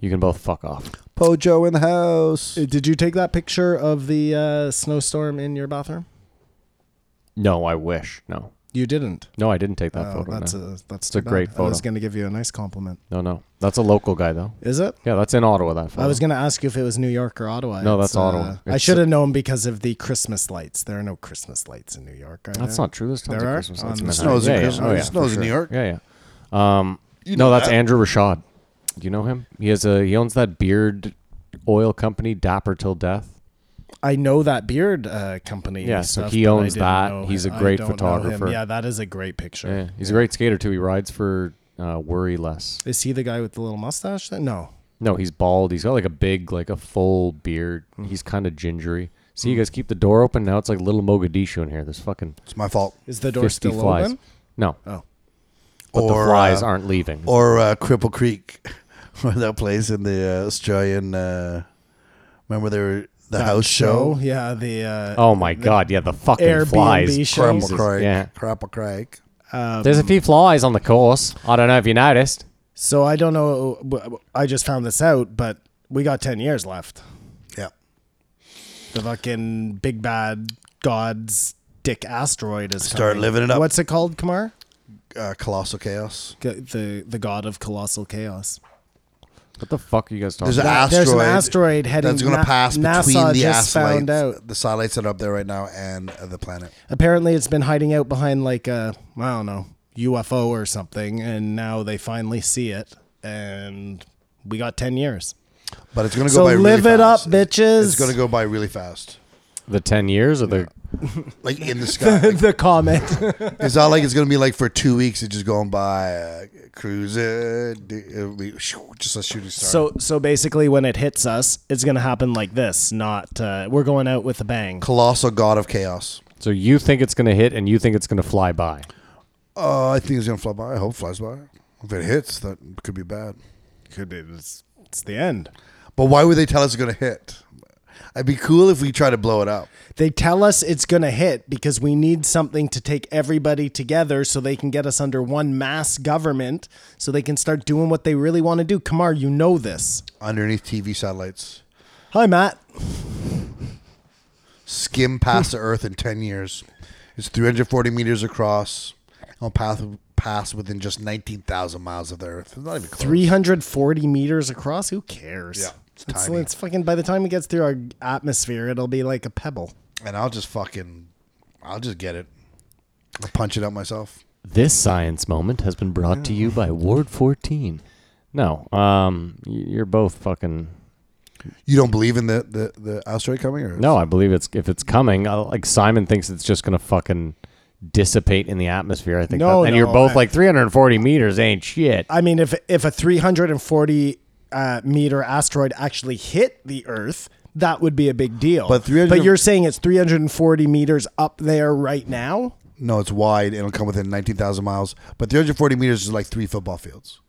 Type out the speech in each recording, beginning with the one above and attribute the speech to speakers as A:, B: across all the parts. A: You can both fuck off.
B: Pojo in the house.
C: Uh, Did you take that picture of the uh, snowstorm in your bathroom?
A: No, I wish. No.
C: You didn't.
A: No, I didn't take that
C: Oh,
A: photo.
C: that's
A: no.
C: a that's
A: It's
C: too
A: a great
C: bad. I was
A: photo.
C: going to give you a nice compliment.
A: no, no. That's a local guy, though.
C: Is it?
A: Yeah, that's in Ottawa, that photo.
C: I was going to ask you if it was New York or Ottawa.
A: No,
C: It's, uh,
A: that's Ottawa.
C: I
A: It's-
C: should have known because of the Christmas lights. There are no Christmas lights in New York. Are
A: That's
C: there?
A: not true. There's tons
C: There
A: of
C: are?
A: Christmas
C: On
A: lights.
C: the
A: in
C: It
A: Manhattan.
B: snows in
A: yeah,
B: Christmas.
A: Yeah, oh,
B: It
A: yeah,
B: snows
A: for
B: in New
A: sure.
B: York.
A: Yeah, yeah. Um,
B: You
A: no,
B: know
A: that's
B: that.
A: Andrew Rashad. Do you know him? He has a he owns that beard oil company, Dapper Till Death.
C: I know that beard uh, company.
A: Yeah,
C: and
A: so
C: stuff,
A: he
C: but I
A: owns
C: didn't
A: that.
C: know
A: He's
C: him.
A: a
C: I
A: great
C: don't know him.
A: photographer.
C: Yeah, that is a great picture.
A: Yeah, he's a great skater too. He rides for uh, Worry Less.
C: Is he the guy with the little mustache? Then? No.
A: No, he's bald. He's got like a big, like a full beard.
C: Hmm.
A: He's kind of gingery. See, you guys keep the door open. Now it's like little Mogadishu in here. There's fucking
B: It's my fault.
C: Is the door
A: 50
C: still
A: flies.
C: open?
A: No,
C: Oh.
A: but
B: or
A: the flies
B: uh,
A: aren't leaving.
B: or uh, Cripple Creek, or that place in the uh, Australian. Uh, remember there were the house show.
C: Yeah, the uh,
A: oh my god, yeah, the fucking
C: Airbnb
A: flies.
C: show.
B: Cripple
C: Jesus,
B: Creek.
A: yeah.
B: Cripple Creek.
C: uh,
A: There's a few flies on the course. I don't know if you noticed.
C: So I don't know. I just found this out, but we got ten years left.
B: Yeah.
C: The fucking big bad god's dick asteroid is
B: Start
C: coming.
B: living it up.
C: What's it called, Kamar?
B: Uh, Colossal Chaos.
C: G- The the god of colossal chaos.
A: What the fuck are you guys talking
B: There's an
A: about?
C: That-
B: asteroid.
C: there's an asteroid heading-
B: that's going to
C: Na-
B: pass between
C: NASA
B: the
C: just found
B: satellites-
C: out.
B: the satellites that are up there right now and uh, the planet.
C: Apparently, it's been hiding out behind like a I don't know UFO or something, and now they finally see it, and we got ten years.
B: But it's going to go
C: So
B: by
C: live
B: really
C: it up,
B: fast.
C: bitches.
B: It's going to go by really fast.
A: the ten years or the
B: Like in the sky. Like,
C: the comment.
B: it's not like it's going to be like for two weeks. It's just going by uh, cruising. It'll be shoo, just a shooting star.
C: so so basically, when it hits us, it's gonna happen like this. Not uh, we're going out with a bang.
B: Colossal God of Chaos.
A: so you think it's gonna hit and you think it's gonna fly by.
B: Uh, I think it's going to fly by. I hope it flies by. If it hits, that could be bad.
C: Could it's, it's the end.
B: But why would they tell us it's going to hit? It'd be cool if we try to blow it up.
C: They tell us it's going to hit because we need something to take everybody together so they can get us under one mass government so they can start doing what they really want to do. Kamar, you know this.
B: Underneath TV satellites.
C: Hi, Matt.
B: skim past the Earth in 10 years. It's 340 meters across. On path pass within just 19,000 miles of the Earth. It's not even close.
C: 340 meters across? Who cares?
B: Yeah, it's
C: It's, it's,
B: tiny.
C: fucking by the time it gets through our atmosphere, it'll be like a pebble.
B: And I'll just fucking, I'll just get it. I'll punch it up myself.
A: This science moment has been brought to you by Ward 14. No, um, y- you're both fucking.
B: You don't believe in the the, the asteroid coming? Or
A: No, I believe it's if it's coming. I, like Simon thinks it's just gonna fucking dissipate in the atmosphere. I think.
C: No,
A: that- and you're
C: no,
A: both
C: I-
A: like 340 meters ain't shit.
C: I mean, if, if a 340 uh, meter asteroid actually hit the Earth, that would be a big deal.
B: But 300
C: but you're saying it's 340 meters up there right now?
B: No, it's wide and it'll come within 19,000 miles. But 340 meters is like three football fields.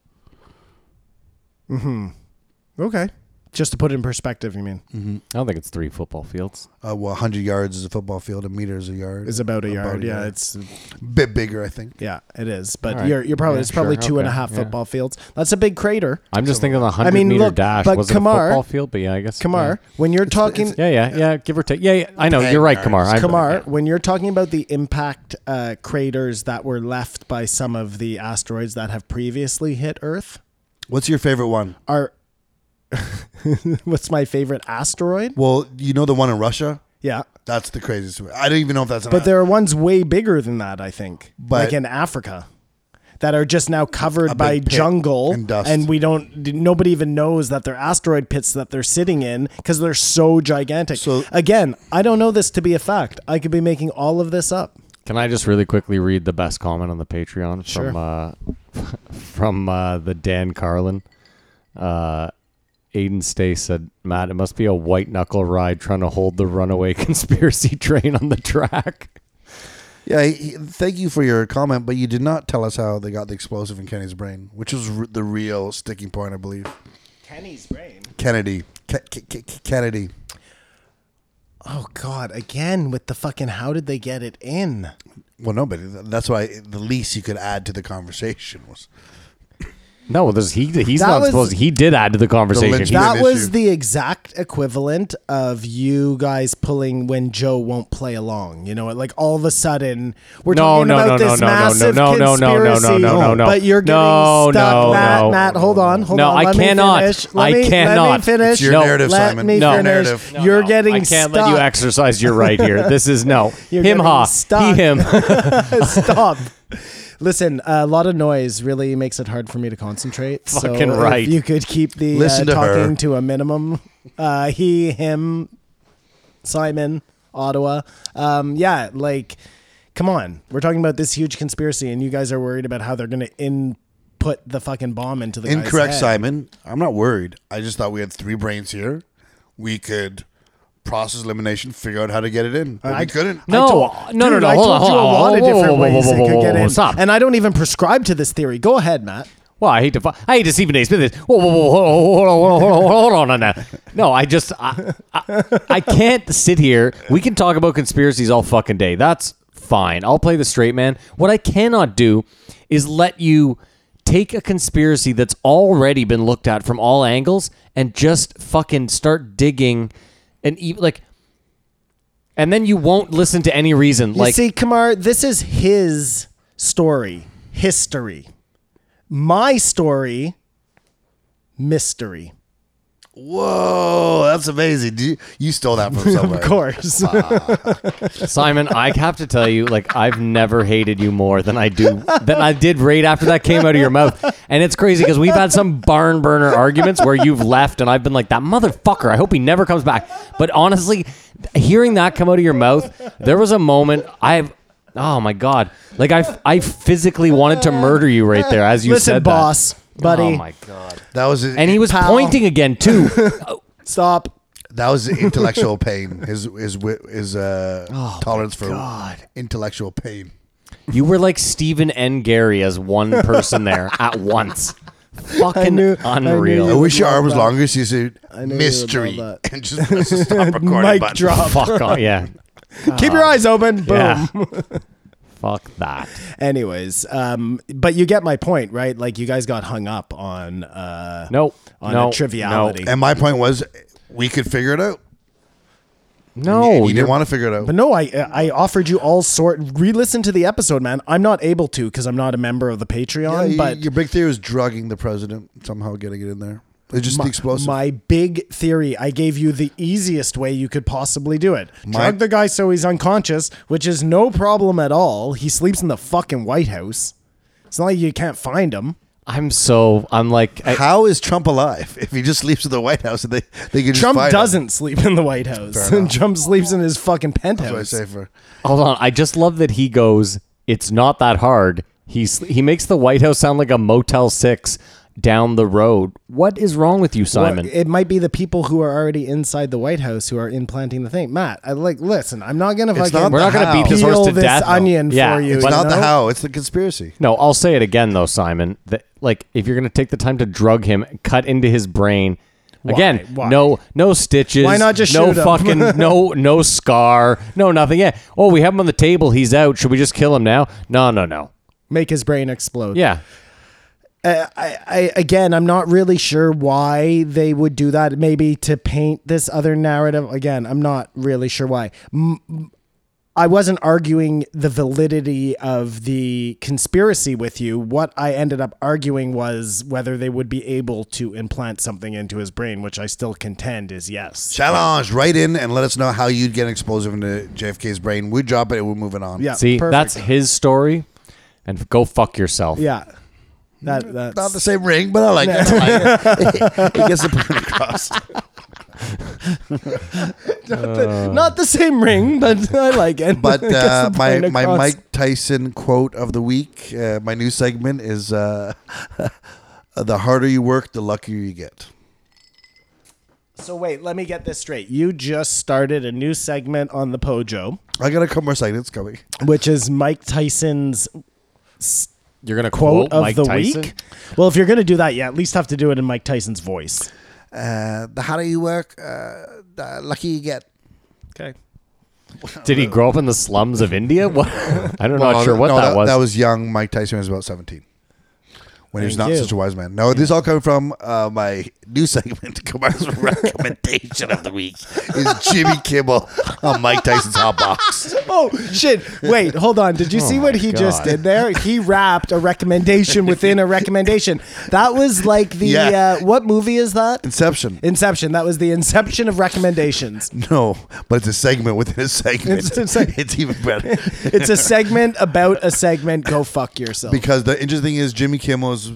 C: Okay. Just to put it in perspective, you mean
A: I don't think it's three football fields.
B: Uh, well, 100 yards is a football field. A meter is a yard.
C: is about a yard. Yeah, it's
B: bit bigger, I think.
C: yeah, it is. But
A: All right.
C: you're you're probably
A: Yeah,
C: it's probably
A: sure.
C: two and a
A: Okay.
C: half
A: Yeah.
C: football fields. That's a big crater,
A: I'm just thinking the 100
C: mean,
A: meter
C: look,
A: dash
C: but
A: wasn't
C: Kamar-
A: a football field, but yeah, I guess.
C: Kamar. When you're talking,
A: Yeah, yeah, yeah, yeah, give or take. Yeah, yeah I know
B: Dang,
A: you're right,
B: guys.
A: Kamar. I'm-
C: Kamar,
A: yeah.
C: when you're talking about the impact uh, craters that were left by some of the asteroids that have previously hit Earth,
B: What's your favorite one?
C: are what's my favorite asteroid?
B: Well, you know the one in Russia?
C: Yeah.
B: That's the craziest one. I don't even know if that's an
C: But there are ones way bigger than that, I think.
B: But-
C: like in Africa, that are just now covered by
B: big pit
C: jungle
B: and dust.
C: we don't. d- Nobody even knows that they're asteroid pits that they're sitting in because they're so gigantic.
B: So-
C: again, I don't know this to be a fact. I could be making all of this up.
A: Can I just really quickly read the best comment on the Patreon
C: Sure.
A: from uh, from uh, the Dan Carlin? Uh, Aiden Stay said, "Matt, it must be a white knuckle ride trying to hold the runaway conspiracy train on the track."
B: Yeah, he, he- thank you for your comment, but you did not tell us how they got the explosive in Kennedy's brain, which was r- the real sticking point, I believe.
C: Kenny's brain.
B: Kennedy, Ke- Ke- Ke- Ke- Kennedy.
C: Oh God! Again with the fucking. How did they get it in?
B: Well, no, but th- that's why the least you could add to the conversation was
A: No, there's, he he's
C: That
A: not
C: was-
A: supposed. to- He did add to the conversation.
B: lynch-
A: He-
B: an
C: That was
B: issue.
C: the exact equivalent of you guys pulling when Joe won't play along. You know, like all of a sudden we're
A: No,
C: talking
A: no,
C: about
A: no, no,
C: this
A: no, no,
C: massive
A: no, no, no, no, no,
C: conspiracy.
A: no, no, no.
C: But you're getting
A: No,
C: stuck,
A: no,
C: Matt.
A: no.
C: Matt, hold on, hold
A: No,
C: on.
A: I
C: let me
A: cannot.
C: finish. Let
A: I
C: me- Let
A: cannot.
C: me finish.
A: It's
B: your
A: No.
B: narrative,
C: let
B: Simon.
C: Me
B: It's your
C: finish.
B: narrative. No,
C: You're
A: No,
C: getting
A: I can't
C: stuck.
A: let you exercise your right here. This is no
C: You're
A: him
C: getting
A: ha
C: stuck.
A: he him.
C: Stop. Listen, a lot of noise really makes it hard for me to concentrate.
A: Fucking
C: so
A: right.
C: If you could keep the
B: Listen
C: uh,
B: to her.
C: talking to a minimum. Uh, he, him, Simon, Ottawa. Um, yeah, like, come on. We're talking about this huge conspiracy, and you guys are worried about how they're going to input the fucking bomb into the guy's
B: Incorrect,
C: head.
B: Simon. I'm not worried. I just thought we had three brains here. We could process elimination, figure out how to get it in. But
C: I-
B: we couldn't.
A: No,
C: told-
A: no, no,
C: Dude,
A: no.
C: I
A: hold on,
C: told
A: hold
C: you a
A: on.
C: lot of
A: whoa, whoa,
C: different
A: whoa, whoa,
C: ways
A: whoa,
C: it could
A: whoa,
C: get
A: whoa,
C: in.
A: Stop.
C: And I don't even prescribe to this theory. Go ahead, Matt.
A: Well, I hate to fi- I hate to see Vinay Smith. Whoa, whoa, whoa, hold on, hold on, hold on, hold on, hold on now. No, I just I, I, I can't sit here. We can talk about conspiracies all fucking day. That's fine. I'll play the straight man. What I cannot do is let you take a conspiracy that's already been looked at from all angles and just fucking start digging and e- like and then you won't listen to any reason
C: You
A: like
C: see, Kamar, this is his story, history. My story, mystery.
B: Whoa, that's amazing. Do you, you stole that from somewhere.
C: Of course.
A: Simon, I have to tell you, like I've never hated you more than I do than I did right after that came out of your mouth. And it's crazy because we've had some barn burner arguments where you've left and I've been like, that motherfucker, I hope he never comes back. But honestly, hearing that come out of your mouth, there was a moment I've oh my god. Like I I physically wanted to murder you right there as you
C: Listen,
A: said that.
C: boss, buddy.
A: Oh my god.
B: That was his,
A: And he was
C: Pal.
A: pointing again too.
C: Stop.
B: that was his intellectual pain. His his wi- his uh,
C: Oh
B: tolerance for intellectual pain.
A: You were like Stephen N. Gary as one person there at once. Fucking
C: knew- I knew
A: unreal.
B: I
C: You
B: wish your
C: love
B: arm was
C: that.
B: longer so you said
C: knew you would
B: mystery
C: love
B: and just press the stop recording
C: Mic
B: button.
C: drop.
A: Fuck off. Yeah.
C: Keep your eyes open. Boom.
A: Yeah. Fuck that.
C: Anyways, um, but you get my point, right? Like you guys got hung up on uh
A: Nope.
C: on
A: no.
C: a triviality.
B: And my point was, we could figure it out.
C: Oh,
A: No.
B: you
A: no
B: didn't want to figure it out.
C: But no, I I offered you all sort. Re-listen to the episode, man. I'm not able to because I'm not a member of the
B: Yeah,
C: Patreon.
B: y-
C: but
B: your big theory was drugging the president somehow, getting it in there. It's just the explosive.
C: My big theory, I gave you the easiest way you could possibly do it.
B: My-
C: Drug the guy so he's unconscious, which is no problem at all. He sleeps in the fucking White House. It's not like you can't find him.
A: I'm so. I'm like. I,
B: How is Trump alive if he just sleeps in the White House and they they can just
C: Trump
B: fight him?
C: doesn't sleep in the White House. Trump sleeps in his fucking
B: That's what I
C: penthouse.
B: say for
A: hold on. I just love that he goes. It's not that hard. He's he makes the White House sound like a Motel Six down the road. What is wrong with you,
C: Well,
A: Simon?
C: it might be the people who are already inside the White House who are implanting the thing. Matt, I like listen, I'm not gonna fucking
B: not
A: We're not going to
B: How?
A: beat this horse
C: peel
A: to
C: this
A: death.
C: onion
A: yeah,
C: for you,
A: it's
B: it's
C: you
B: not the
C: know?
B: how, it's the conspiracy.
A: No, I'll say it again though, Simon. That like if you're gonna take the time to drug him, cut into his brain. Again,
C: Why?
A: no, no stitches.
C: Why not just
A: no
C: shoot him?
A: fucking no, no scar, no nothing. Yeah. Oh, we have him on the table. He's out. Should we just kill him now? No, no, no.
C: make his brain explode.
A: Yeah,
C: I, I again, I'm not really sure why they would do that. Maybe to paint this other narrative. Again, I'm not really sure why. M- m- I wasn't arguing the validity of the conspiracy with you. What I ended up arguing was whether they would be able to implant something into his brain, which I still contend is yes.
B: Challenge, write in and let us know how you'd get an explosive into JFK's brain. We drop it and we're moving on.
C: Yeah.
A: see,
C: perfect.
A: that's his story, and go fuck yourself.
C: Yeah, that that's
B: Not the same ring, but I like it. it gets the point across.
C: not the same ring, but I like it.
B: But
C: Gets
B: uh,
C: the
B: my
C: point
B: my
C: across.
B: Mike Tyson quote of the week, uh, my new segment is uh, the harder you work, the luckier you get.
C: So wait, let me get this straight. You just started a new segment on the Pojo,
B: I got a couple more segments coming.
C: which is Mike Tyson's
A: You're gonna
C: quote
A: quote,
C: of
A: Mike
C: the
A: Tyson?
C: week. Well, if you're going to do that, you at least have to do it in Mike Tyson's voice.
B: Uh, the harder you work, uh, the luckier you get.
C: Okay.
A: Did he grow up in the slums of India? What? I'm not sure what
B: no,
A: that, was.
B: That was young Mike Tyson. when He was about seventeen. when he's
C: Thank
B: not
C: you.
B: such a wise man. No, these all come from uh, my new segment. Kamar's recommendation of the week is Jimmy Kimmel on Mike Tyson's Hot Box.
C: Oh shit! Wait, hold on. Did you see what
A: Oh my
C: he just
A: God.
C: did there? He wrapped a recommendation within a recommendation. That was like the
B: Yeah.
C: uh, what movie is that?
B: Inception.
C: Inception. That was the inception of recommendations.
B: No, but it's a segment within a segment.
C: It's a seg-
B: It's even better.
C: It's a segment about a segment. Go fuck yourself.
B: because the interesting thing is Jimmy Kimmel's,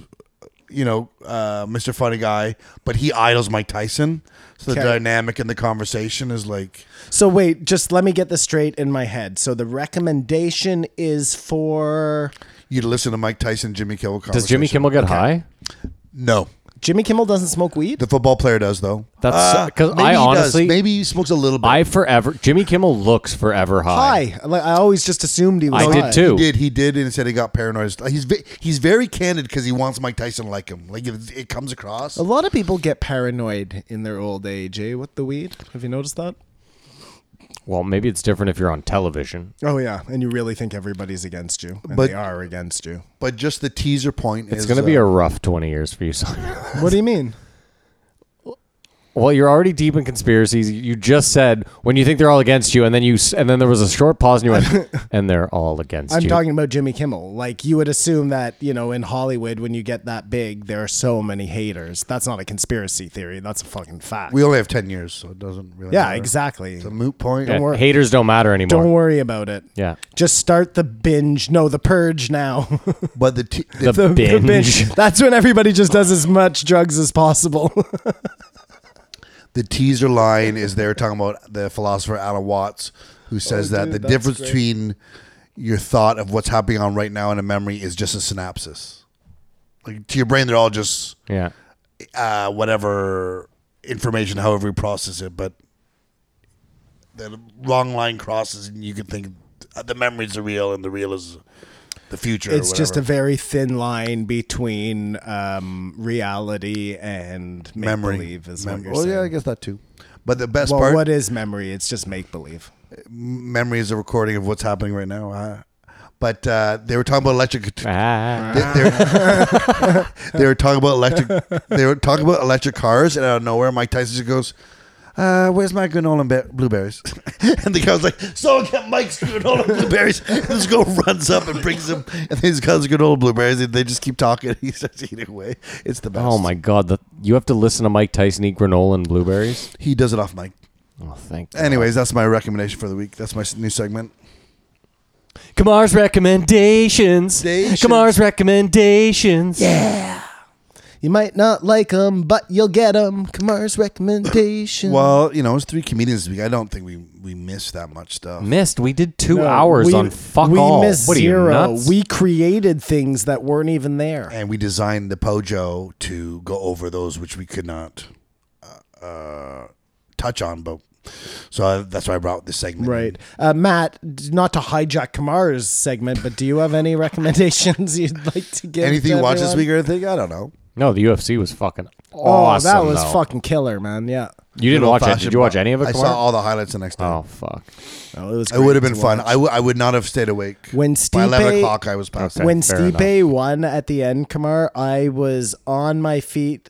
B: you know, uh, Mr. Funny Guy, but he idols Mike Tyson. So the
C: Okay.
B: dynamic in the conversation is like
C: so wait, just let me get this straight in my head. So the recommendation is for
B: you listen to Mike Tyson, Jimmy Kimmel. Conversation.
A: Does Jimmy Kimmel get high?
B: No,
C: Jimmy Kimmel doesn't smoke weed.
B: the football player does though. Uh,
A: That's because
B: Maybe
A: I
B: he
A: honestly,
B: does. maybe he smokes a little bit.
A: I forever Jimmy Kimmel looks forever high.
C: Hi. Like, I always just assumed he was.
A: I did
C: high.
A: too.
B: He did. He did, and said he got paranoid. He's ve- he's very candid because he wants Mike Tyson to like him. Like it, it comes across.
C: A lot of people get paranoid in their old age, eh? With the weed, have you noticed that?
A: Well, maybe it's different if you're on television.
C: Oh yeah, and you really think everybody's against you, and
B: But-
C: they are against you.
B: But just the teaser point
A: It's
B: is
A: going to be
B: uh,
A: a rough 20 years for you, Simon.
C: What do you mean?
A: well, you're already deep in conspiracies. You just said when you think they're all against you, and then you s- and then there was a short pause, and you went, and they're all against
C: I'm
A: you.
C: talking about Jimmy Kimmel. Like you would assume that you know in Hollywood when you get that big, there are so many haters. That's not a conspiracy theory. That's a fucking fact.
B: We only have ten years, so it doesn't really.
C: yeah,
B: matter.
C: exactly.
B: It's a moot point.
A: Yeah,
C: Don't worry.
A: haters don't matter anymore.
C: Don't worry about it.
A: Yeah.
C: Just start the binge. No, the purge now.
B: But the, t-
A: The,
C: the,
A: binge.
C: the binge. That's when everybody just does as much drugs as possible.
B: the teaser line is they're talking about the philosopher Alan Watts, who says that
C: Oh, dude,
B: the
C: that's
B: difference
C: great.
B: between your thought of what's happening on right now and a memory is just a synapsis. Like to your brain, they're all just
A: Yeah.
B: uh, whatever information, however you process it. But the wrong line crosses, and you can think uh, the memories are real, and the real is the future. or
C: it's just a
B: whatever.
C: very thin line between um, reality and make
B: memory.
C: believe. Is
B: Mem-
C: what you're
B: well,
C: saying.
B: yeah, I guess that too. But the best
C: Well,
B: part,
C: what is memory? It's just make believe.
B: memory is a recording of what's happening right now. Uh, but uh, they were talking about electric.
A: Ah.
B: They, they're- they were talking about electric. They were talking about electric cars, and out of nowhere, Mike Tyson just goes, uh, "Where's my granola and be- blueberries?" and the guy's like, "So get Mike's granola and blueberries." And this girl runs up and brings him, and he's got his granola and blueberries, and they just keep talking. And he starts eating away. It's the best.
A: Oh my God! The, you have to listen to Mike Tyson eat granola and blueberries.
B: He does it off mic.
A: Oh, thank. God.
B: Anyways, that's my recommendation for the week. That's my s- new segment.
A: Kamar's recommendations.
B: Stations.
A: Kamar's recommendations. Yeah.
C: You might not like them, but you'll get them. Kamar's recommendation.
B: Well, you know, it's three comedians this week. I don't think we we missed that much stuff.
A: Missed. We did two
C: No,
A: hours
C: we-
A: on fuck
C: we
A: all.
C: missed
A: what are
C: zero.
A: you nuts?
C: We created things that weren't even there.
B: and we designed the Pojo to go over those which we could not uh, uh, touch on. But so I, that's why I brought this segment.
C: Right, uh, Matt. d- Not to hijack Kamar's segment, but do you have any recommendations you'd like to give?
B: Anything
C: to
B: you watch this
C: everyone?
B: week or anything? I don't know.
A: no, the UFC was fucking
C: Oh,
A: awesome.
C: that was
A: though.
C: fucking killer, man. Yeah.
A: You didn't
B: Little
A: watch it.
B: fashion
A: Did you watch
B: bu-
A: any of it?
B: I
A: Kamar?
B: saw all the highlights the next day.
A: Oh fuck!
C: Oh, it was.
B: It would have
C: great
B: been
C: to
B: fun.
C: watch.
B: I, w- I would not have stayed awake.
C: When
B: By 11
C: Stipe-
B: o'clock, I was passed
A: Okay.
B: out.
C: when
A: fair
C: Stipe won at the end, Kamar, I was on my feet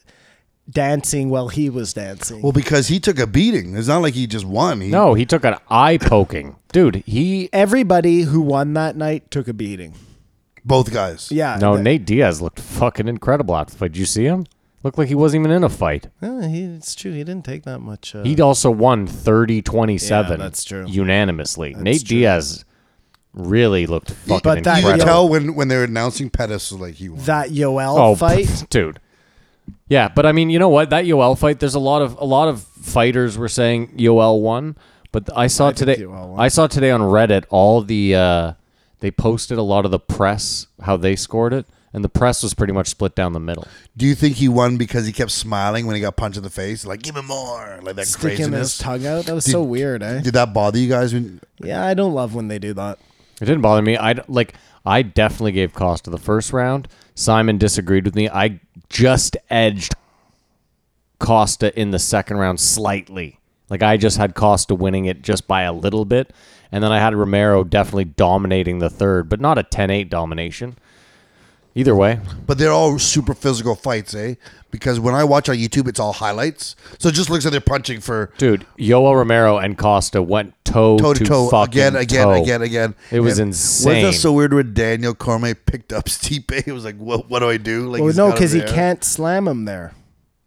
C: dancing while he was dancing.
B: Well, because he took a beating. It's not like he just won. He,
A: No, he took an eye poking, dude. He
C: Everybody who won that night took a beating.
B: Both guys.
C: Yeah.
A: no.
C: the-
A: Nate Diaz looked fucking incredible after the fight. Did you see him? Looked like he wasn't even in a fight.
C: Uh, he, it's true. He didn't take that much. Uh,
A: He also won 30 27.
C: Yeah, that's true.
A: Unanimously. Nate
C: true.
A: Diaz really looked fucking
C: But that-
B: You
A: incredible.
B: could tell when, when they were announcing Pettis, like he won.
C: that Yoel
A: oh,
C: fight.
A: dude. Yeah, but I mean, you know what? That Yoel fight, there's a lot of a lot of fighters were saying Yoel won, but I saw today
C: Yoel won.
A: I saw today on Reddit all the uh, they posted a lot of the press how they scored it and the press was pretty much split down the middle.
B: Do you think he won because he kept smiling when he got punched in the face? Like, give him more. Like that
C: Sticking his
B: craziness.
C: tongue out. That was so weird, eh?
B: Did that bother you guys when
C: Yeah, I don't love when they do that.
A: It didn't bother me. I d- like I definitely gave Costa the first round. Simon disagreed with me. I just edged Costa in the second round slightly. Like I just had Costa winning it just by a little bit, and then I had Romero definitely dominating the third, but not a 10-8 domination. Either way,
B: But they're all super physical fights, eh? Because when I watch on YouTube, it's all highlights. So it just looks like they're punching for
A: dude, Yoel Romero and Costa went toe,
B: toe to toe
A: fucking
B: again, again,
A: toe.
B: again, again.
A: It was
B: And
A: insane.
B: Wasn't that so weird when Daniel Cormier picked up Stipe? It was like, what, what do I do? Like,
C: Well,
B: he's got
C: no,
B: him
C: because he
B: there.
C: can't slam him there.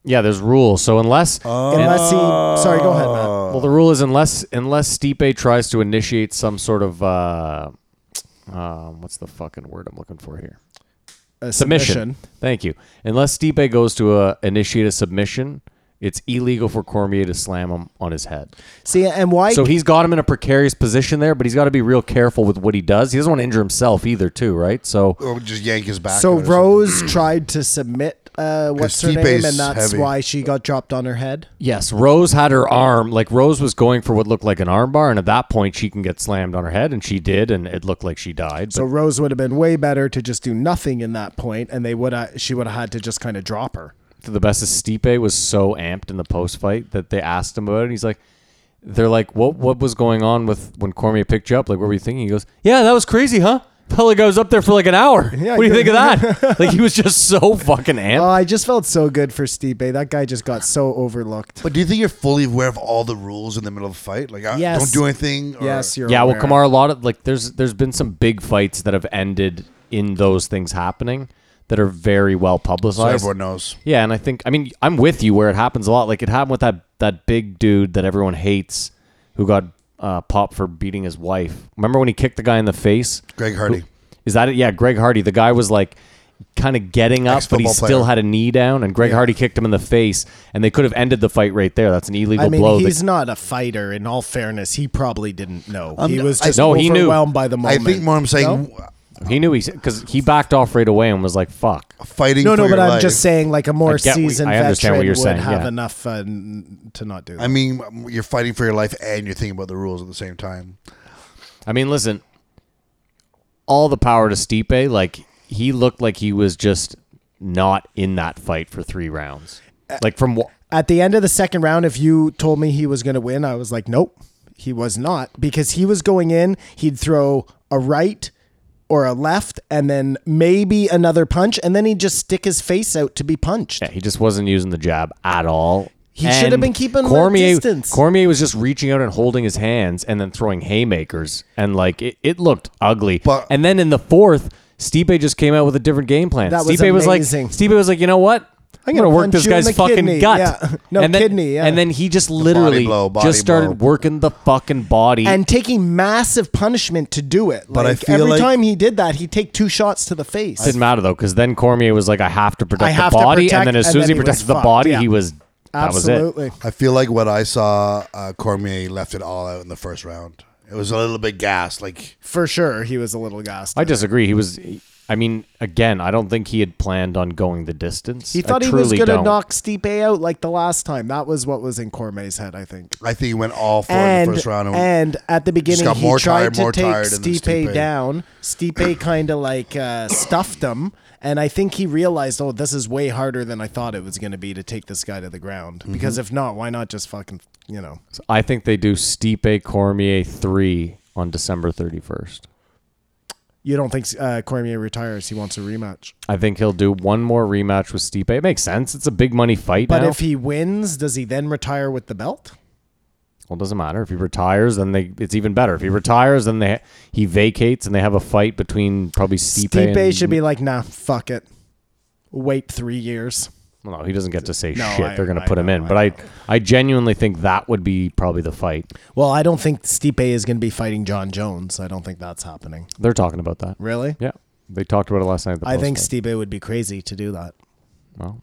A: Yeah, there's rules. So unless
B: Oh
C: Unless he. Sorry, go ahead, Matt.
A: Well, the rule is unless unless Stipe tries to initiate some sort of uh, um, what's the fucking word I'm looking for here?
C: A
A: Submission. Thank you. Unless Stipe goes to uh, initiate a submission, it's illegal for Cormier to slam him on his head.
C: See, and why?
A: So he's got him in a precarious position there, but he's got to be real careful with what he does. He doesn't want to injure himself either, too, right? So
B: Or just yank his back. out
C: so
B: or something.
C: Rose tried to submit. Uh, what's her
B: Stipe's
C: name? And that's
B: heavy.
C: why she got dropped on her head.
A: yes, Rose had her arm like Rose was going for what looked like an arm bar, and at that point she can get slammed on her head, and she did, and it looked like she died.
C: So
A: But
C: Rose would have been way better to just do nothing in that point, and they would have. She would have had to just kind of drop her.
A: to the best of Stipe was so amped in the post fight that they asked him about it. And he's like, they're like, what what was going on with when Cormier picked you up? Like, what were you thinking? He goes, yeah, that was crazy, huh? Felt like I was up there for like an hour. what do you
C: good.
A: think of that? like, he was just so fucking amped.
C: Oh, I just felt so good for Stipe. That guy just got so overlooked.
B: But do you think you're fully aware of all the rules in the middle of a fight? Like, I
C: Yes.
B: don't do anything. Or,
C: yes, you're.
A: yeah,
C: aware.
A: well, Kamar, a lot of like, there's there's been some big fights that have ended in those things happening that are very well
B: so
A: publicized.
B: everyone knows.
A: Yeah, and I think I mean I'm with you where it happens a lot. Like it happened with that that big dude that everyone hates who got uh, popped for beating his wife. Remember when he kicked the guy in the face?
B: Greg Hardy.
A: Is that it? Yeah, Greg Hardy. The guy was like kind of getting up, but he
B: Ex-football player.
A: still had a knee down, and Greg Hardy kicked him in the face, and they could have ended the fight right there. That's an illegal
C: I mean,
A: blow.
C: he's
A: that,
C: not a fighter. In all fairness, he probably didn't know.
B: Um,
C: he was
B: I-
C: just
A: No, he knew.
C: overwhelmed by the
B: I
C: moment.
B: think more I'm saying
A: he knew he because he backed off right away and was like, "Fuck."
B: fighting.
C: No, no,
B: for
C: but
B: your
C: I'm
B: life.
C: just saying, like a more
A: get what-
C: seasoned
A: I
C: veteran
A: understand what you're
C: would
A: saying,
C: have
A: yeah.
C: enough uh, n- to not do that.
B: I mean, you're fighting for your life and you're thinking about the rules at the same time.
A: I mean, listen, all the power to Stipe. Like he looked like he was just not in that fight for three rounds. Like from wh-
C: At the end of the second round, if you told me he was going to win, I was like, nope, he was not, because he was going in. He'd throw a right or a left, and then maybe another punch, and then he'd just stick his face out to be punched.
A: yeah, he just wasn't using the jab at all.
C: He should have
A: And
C: been keeping the distance.
A: Cormier was just reaching out and holding his hands and then throwing haymakers and like it, it looked ugly.
B: But-
A: and then in the fourth, Stipe just came out with a different game plan.
C: That was
A: Stipe was like
C: amazing.
A: Stipe was like, you know what?
C: I'm
A: I'm
C: gonna
A: gonna, work
C: punch
A: this
C: you in
A: guy's
C: the
A: fucking
C: kidney."
A: gut.
C: Yeah. No,
A: and then,
C: kidney, yeah.
A: And then he just literally
B: blow, body
A: just started
B: blow.
A: working the fucking body.
C: and taking massive punishment to do it.
B: But I
C: Like,
B: feel
C: every
B: like-
C: time he did that, he'd take two shots to the face.
A: didn't matter though, because then Cormier was like, "I have to protect
C: I have to
A: the body,"
C: protect-
A: and then as
C: and
A: soon as
C: then
A: he
C: he was
A: protected the
C: fucked,
A: body,
C: yeah.
A: he was that was it.
C: Absolutely.
B: I feel like what I saw, uh, Cormier left it all out in the first round. It was a little bit gassed. Like,
C: For sure, he was a little gassed.
A: I disagree. He was. I mean, again, I don't think he had planned on going the distance.
C: He
A: I
C: thought he was
A: truly
C: going to
A: don't.
C: knock Stipe out like the last time. That was what was in Cormier's head, I think.
B: I think he went all for it in
C: And,
B: the first round.
C: and at the beginning,
B: got
C: he
B: more
C: tried
B: tired, more
C: to take
B: tired, and then
C: Stipe,
B: Stipe-
C: down. Stipe kind of like uh, stuffed him. And I think he realized, oh, this is way harder than I thought it was going to be to take this guy to the ground.
B: Mm-hmm.
C: Because if not, why not just fucking, you know?
A: I think they do Stipe Cormier three on December thirty first.
C: You don't think uh, Cormier retires? He wants a rematch.
A: I think he'll do one more rematch with Stipe. It makes sense. It's a big money fight.
C: But
A: now.
C: if he wins, does he then retire with the belt?
A: Well, it doesn't matter. If he retires, then they it's even better. If he retires, then they he vacates and they have a fight between probably Stipe.
C: Stipe
A: and,
C: should be like, nah, fuck it. Wait three years.
A: Well, no, he doesn't get to say
C: No,
A: shit.
C: I-
A: They're going
C: I
A: to put him
C: know,
A: in.
C: I
A: but I, I genuinely think that would be probably the fight.
C: Well, I don't think Stipe is going to be fighting John Jones. I don't think that's happening.
A: They're talking about that.
C: Really?
A: Yeah, they talked about it last night. At the
C: I think
A: post-fight.
C: Stipe would be crazy to do that.
A: Well,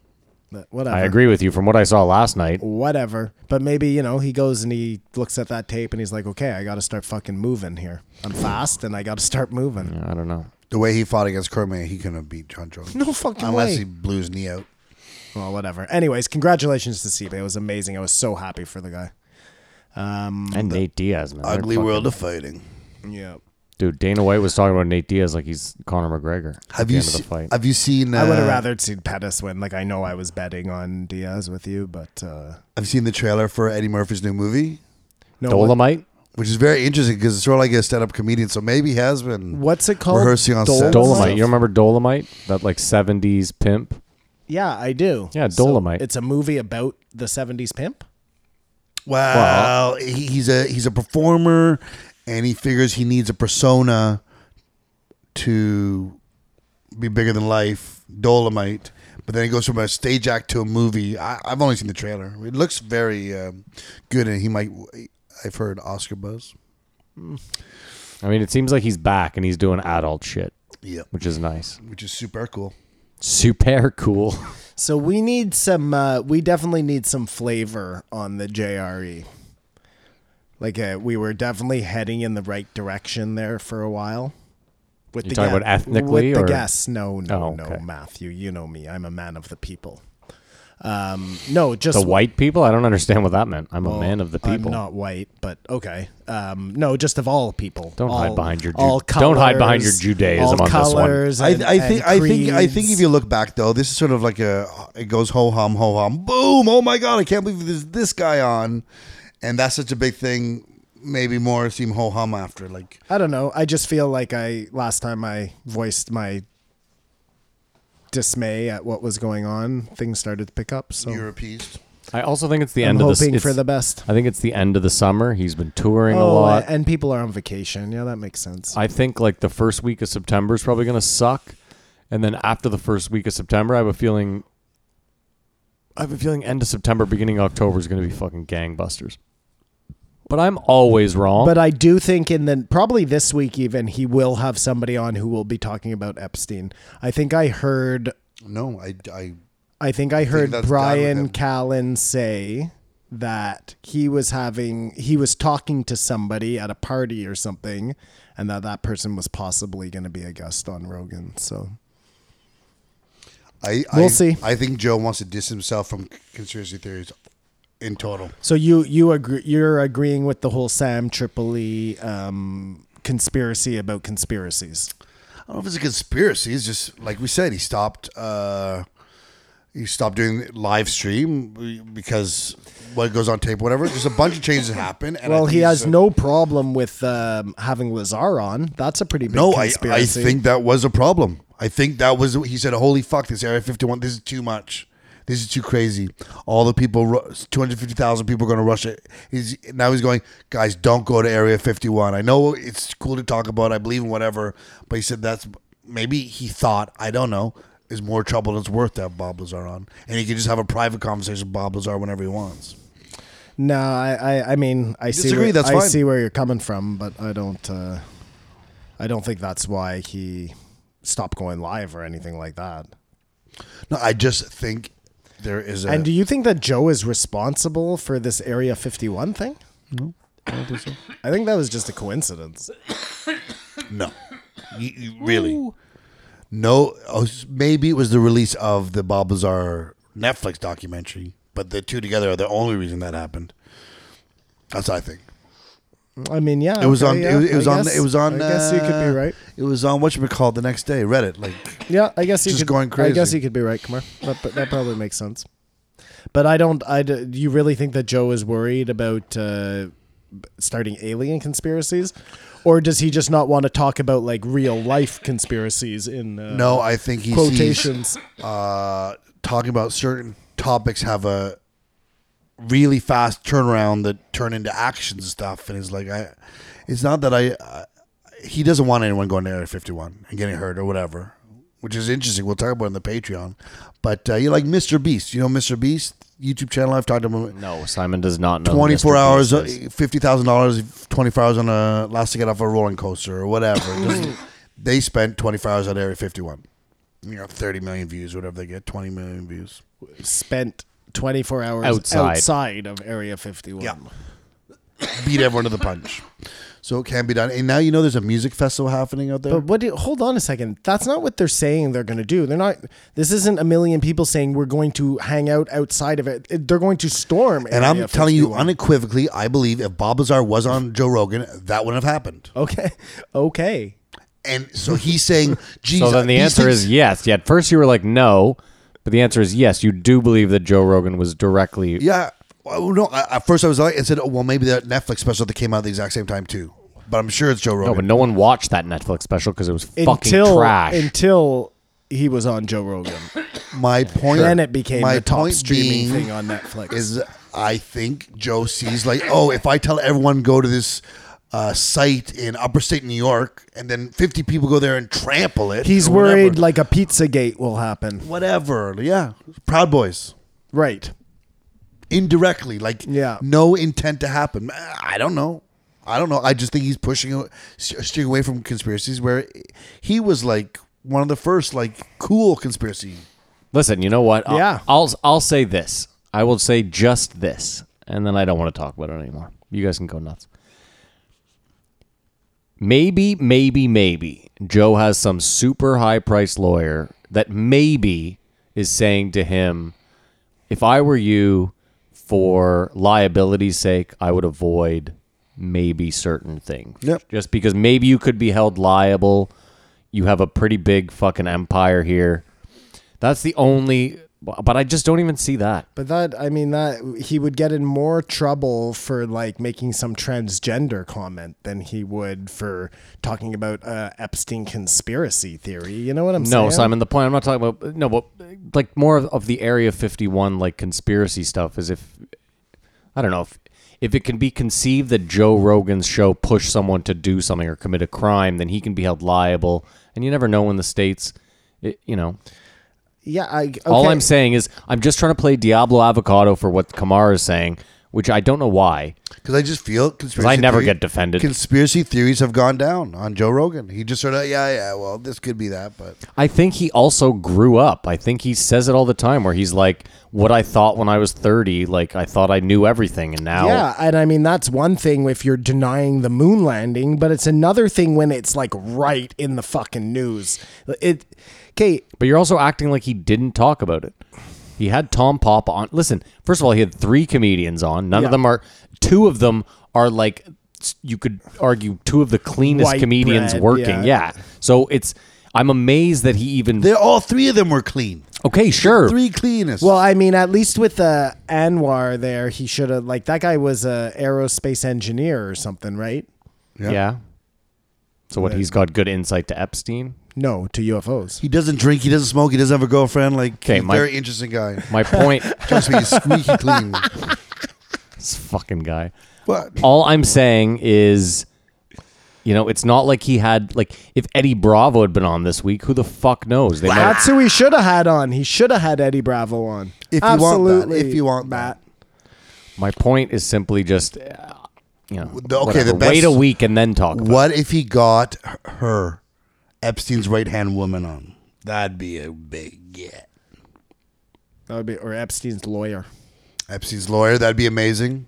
C: But whatever.
A: I agree with you. From what I saw last night,
C: Whatever. But maybe, you know, he goes and he looks at that tape and he's like, okay, I got to start fucking moving here. I'm fast and I got to start moving.
A: I don't know.
B: the way he fought against Cormier, he couldn't have beat John Jones.
C: No fucking
B: Unless
C: way.
B: he blew his knee out.
C: Well, whatever. Anyways, congratulations to Stipe. It was amazing. I was so happy for the guy. Um,
A: And Nate Diaz, man, They're
B: Ugly
A: fucking-
B: world of fighting.
C: yeah.
A: Dude, Dana White was talking about Nate Diaz like he's Conor McGregor. at
B: Have
A: the
B: you,
A: end of the
B: se-
A: fight?
B: have you seen? Uh,
C: I would have rather seen Pettis win. Like I know I was betting on Diaz with you, but uh,
B: I've seen the trailer for Eddie Murphy's new movie.
C: no.
A: Dolomite.
B: which is very interesting because it's sort of like a stand-up comedian. So maybe he has been.
C: What's it called?
B: Rehearsing on set.
A: Dolomite. You remember Dolomite? That like seventies pimp.
C: Yeah, I do.
A: Yeah,
C: So
A: Dolomite.
C: it's a movie about the 70s pimp.
B: Wow, he, he's a he's a performer, and he figures he needs a persona to be bigger than life. Dolomite, but then he goes from a stage act to a movie. I, I've only seen the trailer. It looks very um, good, and he might. I've heard Oscar buzz.
A: I mean, it seems like he's back and he's doing adult shit,
B: Yeah,
A: which is nice.
B: which is super cool.
A: Super cool.
C: So we need some. Uh, we definitely need some flavor on the JRE. Like uh, we were definitely heading in the right direction there for a while. With
A: You talking about ethnically,
C: with the
A: or-
C: guests? No, no,
A: Oh,
C: no,
A: okay.
C: Matthew. You know me. I'm a man of the people. Um, no, just
A: The white people? I don't understand what that meant. I'm a man of the people.
C: Oh, I'm not white, but okay. Um, no, just of all people.
A: Don't hide
C: All-
A: behind your Ju-
C: all
A: don't hide behind
C: colours,
A: your Judaism
C: all
A: on this one.
C: colours
B: I,
C: and-
B: I think
C: and
B: I think I think
C: creeds.
B: if you look back though, this is sort of like a it goes ho hum ho hum boom. Oh my god, I can't believe there's this guy on, and that's such a big thing. Maybe more seem ho hum after like
C: I don't know. I just feel like I last time I voiced my dismay at what was going on, things started to pick up. So
B: you're appeased.
A: I also think it's the
C: I'm
A: end of the.
C: hoping
A: it's-
C: for the best. Oh,
A: I think it's the end of the summer. He's been touring a lot.
C: and people are on vacation. Yeah, that makes sense.
A: I think like the first week of September is probably going to suck, and then after the first week of September, I have a feeling. I have a feeling end of September, beginning of October is going to be fucking gangbusters. But I'm always wrong.
C: but uh, I do think in the probably this week even he will have somebody on who will be talking about Epstein. I think I heard
B: No, I, I
C: I think I
B: that's
C: heard
B: done with
C: Brian
B: him.
C: Callen say that he was having he was talking to somebody at a party or something and that that person was possibly going to be a guest on Rogan. So
B: I
C: We'll
B: I,
C: see.
B: I think Joe wants to distance himself from conspiracy theories in total.
C: so you you agree you're agreeing with the whole Sam Tripoli um conspiracy about conspiracies.
B: I don't know if it's a conspiracy. It's just like we said, he stopped. Uh, he stopped doing live stream because what goes on tape, whatever. There's a bunch of changes that happen. And I
C: Well,
B: think
C: he
B: he's,
C: has
B: uh,
C: no problem with um, having Lazar on. That's a pretty big
B: No, I, I
C: conspiracy.
B: think that was a problem. I think that was he said, "Holy fuck, this Area 51, this is too much. This is too crazy. All the people, ru- 250,000 people are going to rush it." He's now he's going, "Guys, don't go to Area 51. I know it's cool to talk about. I believe in whatever." But he said that's maybe he thought, I don't know, is more trouble than it's worth to have Bob Lazar on. And he can just have a private conversation with Bob Lazar whenever he wants.
C: No, I, I, I mean, I see.
B: disagree,
C: Where,
B: that's
C: I
B: fine.
C: see where you're coming from, but I don't. Uh, I don't think that's why he stopped going live or anything like that.
B: No, I just think there is a
C: And do you think that Joe is responsible for this Area 51 thing? No, I don't think so. I think that was just a coincidence.
B: No, You- you- really. No, oh, s- maybe it was the release of the Bob Lazar Netflix documentary, but the two together are the only reason that happened. That's what I think.
C: I mean, yeah,
B: It was
C: okay,
B: on.
C: yeah,
B: it was, it
C: I
B: was on.
C: guess-
B: It was on.
C: I guess you could
B: uh,
C: be right.
B: It was on what you called the next day. Reddit, like
C: Yeah, I guess you
B: Just
C: could,
B: going
C: I guess
B: crazy.
C: you could be right, Kumar. That, but that probably makes sense. But I don't. I d- do you really think that Joe is worried about uh, b- starting alien conspiracies, or does he just not want to talk about like real life conspiracies in uh,
B: no. I think he sees
C: quotations?
B: uh, talking about certain topics have a really fast turnaround that turn into action stuff, and it's like I, it's not that I, uh, he doesn't want anyone going to Area 51 and getting hurt or whatever, which is interesting. We'll talk about it on the Patreon, but uh, you like Mr. Beast, you know Mr. Beast YouTube channel. I've talked to him
A: no, Simon does not know. who
B: twenty four
A: Mr.
B: hours, uh,
A: Beast is.
B: fifty thousand dollars, twenty four hours on a last to get off a rolling coaster or whatever. It doesn't- they spent twenty four hours on Area 51. You know, 30 million views, whatever they get, 20 million views.
C: Spent twenty four hours
A: Outside.
C: outside of Area fifty one.
B: Yeah. beat everyone to the punch. So it can be done. And now you know there's a music festival happening out there.
C: But what? Do, hold on a second. That's not what they're saying they're going to do. They're not. This isn't a million people saying we're going to hang out outside of it. They're going to storm.
B: and I'm
C: Area
B: telling you
C: 51.
B: unequivocally, I believe if Bob Lazar was on Joe Rogan, that wouldn't have happened.
C: Okay. Okay.
B: And so he's saying, geez.
A: So then the
B: these
A: answer
B: things-
A: is yes. Yeah, at first you were like no, but the answer is yes. You do believe that Joe Rogan was directly
B: Yeah. Oh, no, I, at first I was like, I said, oh, well, maybe that Netflix special that came out at the exact same time too. But I'm sure it's Joe Rogan.
A: No, but no one watched that Netflix special because it was fucking
C: until
A: trash.
C: until he was on Joe Rogan.
B: my point.
C: Then it became
B: my
C: the top
B: point
C: streaming
B: being
C: thing on Netflix.
B: Is I think Joe sees like, oh, if I tell everyone go to this uh, site in Upper State New York, and then 50 people go there and trample it.
C: He's
B: or
C: worried
B: whatever.
C: like a pizza gate will happen.
B: whatever. Yeah, Proud Boys.
C: Right.
B: indirectly, like
C: Yeah.
B: no intent to happen. I don't know. I don't know. I just think he's pushing, a- steering away from conspiracies where he was like one of the first like cool conspiracy.
A: Listen, you know what? I'll,
C: Yeah.
A: I'll I'll say this. I will say just this, and then I don't want to talk about it anymore. You guys can go nuts. Maybe, maybe, maybe Joe has some super high priced lawyer that maybe is saying to him, if I were you, for liability's sake, I would avoid maybe certain things.
B: Yep.
A: Just because maybe you could be held liable. You have a pretty big fucking empire here. That's the only. But I just don't even see that.
C: But that I mean that he would get in more trouble for like making some transgender comment than he would for talking about uh, Epstein conspiracy theory. You know what I'm saying?
A: No, Simon. The point I'm not talking about. No, but like more of, of the Area 51 like conspiracy stuff is if I don't know if if it can be conceived that Joe Rogan's show pushed someone to do something or commit a crime, then he can be held liable. And you never know in the states. It, you know,
C: Yeah, I okay.
A: all I'm saying is I'm just trying to play Diablo Avocado for what Kamara is saying, which I don't know why.
B: Because I just feel conspiracy.
A: never get defended.
B: Conspiracy theories have gone down on Joe Rogan. He just sort of yeah yeah. Well, this could be that, but
A: I think he also grew up. I think he says it all the time where he's like, what I thought when I was 30, like I thought I knew everything and now
C: Yeah, and I mean that's one thing if you're denying the moon landing, but it's another thing when it's like right in the fucking news. It okay,
A: But you're also acting like he didn't talk about it. He had Tom Pop on. Listen, first of all, he had 3 comedians on. None
C: Yeah.
A: of them are two of them are like you could argue two of the cleanest
C: White
A: comedians
C: bread,
A: working.
C: yeah.
A: Yeah. So it's I'm amazed that he even
B: they all three of them were clean.
A: Okay, sure.
B: Three cleanest.
C: Well, I mean, at least with uh, Anwar there, he should have like that guy was a aerospace engineer or something, right?
A: yeah. So what he's got good insight to Epstein?
C: No, to UFOs.
B: he doesn't drink. He doesn't smoke. He doesn't have a girlfriend. Like
A: Okay,
B: he's a
A: my-
B: very interesting guy.
A: My point
B: Trust me, he's squeaky clean.
A: this fucking guy.
B: What?
A: all I'm saying is, you know, it's not like he had like if Eddie Bravo had been on this week, who the fuck knows? They might,
C: That's who he should have had on. He should have had Eddie Bravo on.
B: If you want that,
C: Absolutely,
B: if you want that.
A: my point is simply just, uh, you know,
B: The- okay,
A: whatever.
B: the best-
A: wait a week and then talk. About
B: What if he got h- her, Epstein's right hand woman, on? That'd be a big get.
C: That would be or Epstein's lawyer.
B: Epstein's lawyer, that'd be amazing.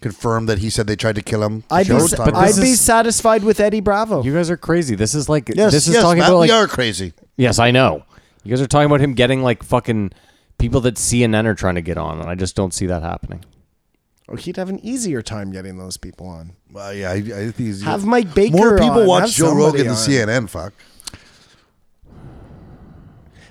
B: Confirm that he said they tried to kill him.
C: I'd be,
B: Joe
C: sa-
B: talked
A: But
C: I'd
A: this
B: about it.
C: be
A: is-
C: satisfied with Eddie Bravo.
A: it. You guys are crazy. This is like
B: yes,
A: this is
B: yes,
A: talking
B: Matt,
A: about
B: we
A: like
B: are crazy.
A: yes, I know. You guys are talking about him getting like fucking people that CNN are trying to get on, and I just don't see that happening.
C: or Oh, he'd have an easier time getting those people on.
B: Well, yeah, I, I think he's,
C: Have Mike Baker.
B: more people
C: on,
B: watch
C: have
B: Joe
C: somebody
B: Rogan than
C: on.
B: CNN. Fuck.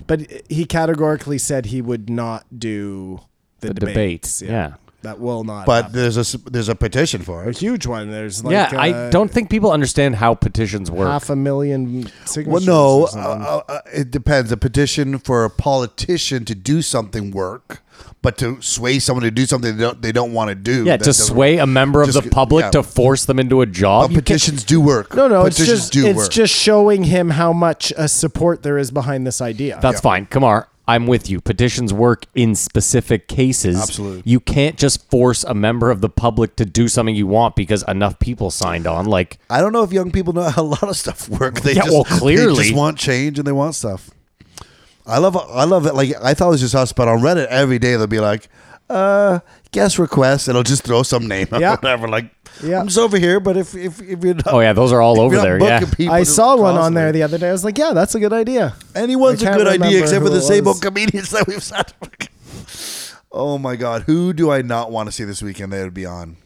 C: But he categorically said he would not do the,
A: The
C: debates.
A: debates, yeah.
C: that will not.
B: But
C: happen.
B: there's a s- there's a petition for
C: a
B: it.
C: huge one. There's like
A: yeah,
C: uh,
A: I don't think people understand how petitions work.
C: half a million
B: Well,
C: signatures.
B: no,
C: or
B: uh,
C: something.
B: uh, uh, it depends. A petition for a politician to do something work, but to sway someone to do something they don't they don't want to do.
A: yeah,
B: that
A: to
B: doesn't-
A: sway a member of
B: Just
A: the
B: g-
A: public
B: yeah.
A: to force them into a job.
B: But
A: You can't-
B: petitions do work.
C: no, no. It's
B: petitions
C: just
B: do
C: it's
B: work.
C: just showing him how much uh, support there is behind this idea.
A: That's fine. Kamar, I'm with you. Petitions work in specific cases.
B: Absolutely.
A: You can't just force a member of the public to do something you want because enough people signed on. Like,
B: I don't know if young people know how a lot of stuff work. They
A: Yeah,
B: just,
A: well,
B: they
A: clearly.
B: just want change and they want stuff. I love I love it. Like I thought it was just us, but on Reddit every day they'll be like, uh, guest request, and it'll just throw some name up
C: Yeah.
B: or whatever. Like,
C: Yeah.
B: I'm just over here, but if if, if you're not,
A: oh yeah, those are all
B: if
A: over
B: you're not
A: there. Yeah.
B: booking people
C: I
B: just
C: saw one on there
B: constantly-
C: the other day. I was like, yeah, that's a good idea.
B: Anyone's
C: I
B: a
C: can't
B: good
C: remember
B: idea except
C: who
B: for the
C: it
B: same
C: was.
B: old comedians that we've sat. oh my god, who do I not want to see this weekend? They would be on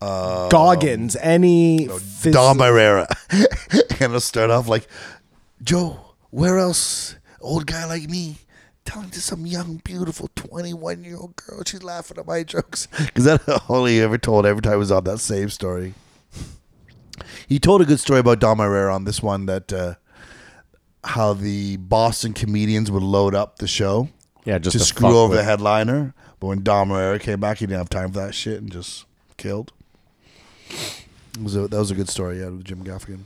C: Uh, Goggins, any phys-
B: Dom Herrera, and it'll start off like, Joe, where else old guy like me telling to some young, beautiful 21 year old girl. She's laughing at my jokes. Because that all he ever told every time was on that same story. He told a good story about Don Herrera on this one that uh, how the Boston comedians would load up the show
A: Yeah, just
B: to,
A: to
B: screw
A: fuck
B: over
A: with-
B: the headliner. But when Dom Herrera came back, he didn't have time for that shit and just killed. It was a, that was a good story, yeah, with Jim Gaffigan.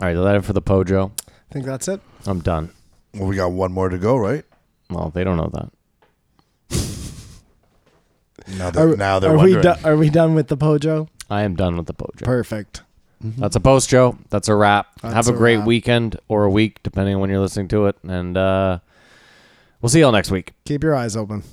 A: All right, is that it for the Pojo?
C: I think that's it.
A: I'm done.
B: Well, we got one more to go, right?
A: Well, they don't know that.
B: Now they're, now they're
C: are
B: wondering.
C: we do- are we done with the Pojo?
A: I am done with the Pojo.
C: Perfect.
A: That's a post, Joe. That's a wrap.
C: That's
A: Have a
C: a
A: great
C: wrap.
A: weekend or a week, depending on when you're listening to it. And uh, we'll see y'all next week.
C: Keep your eyes open.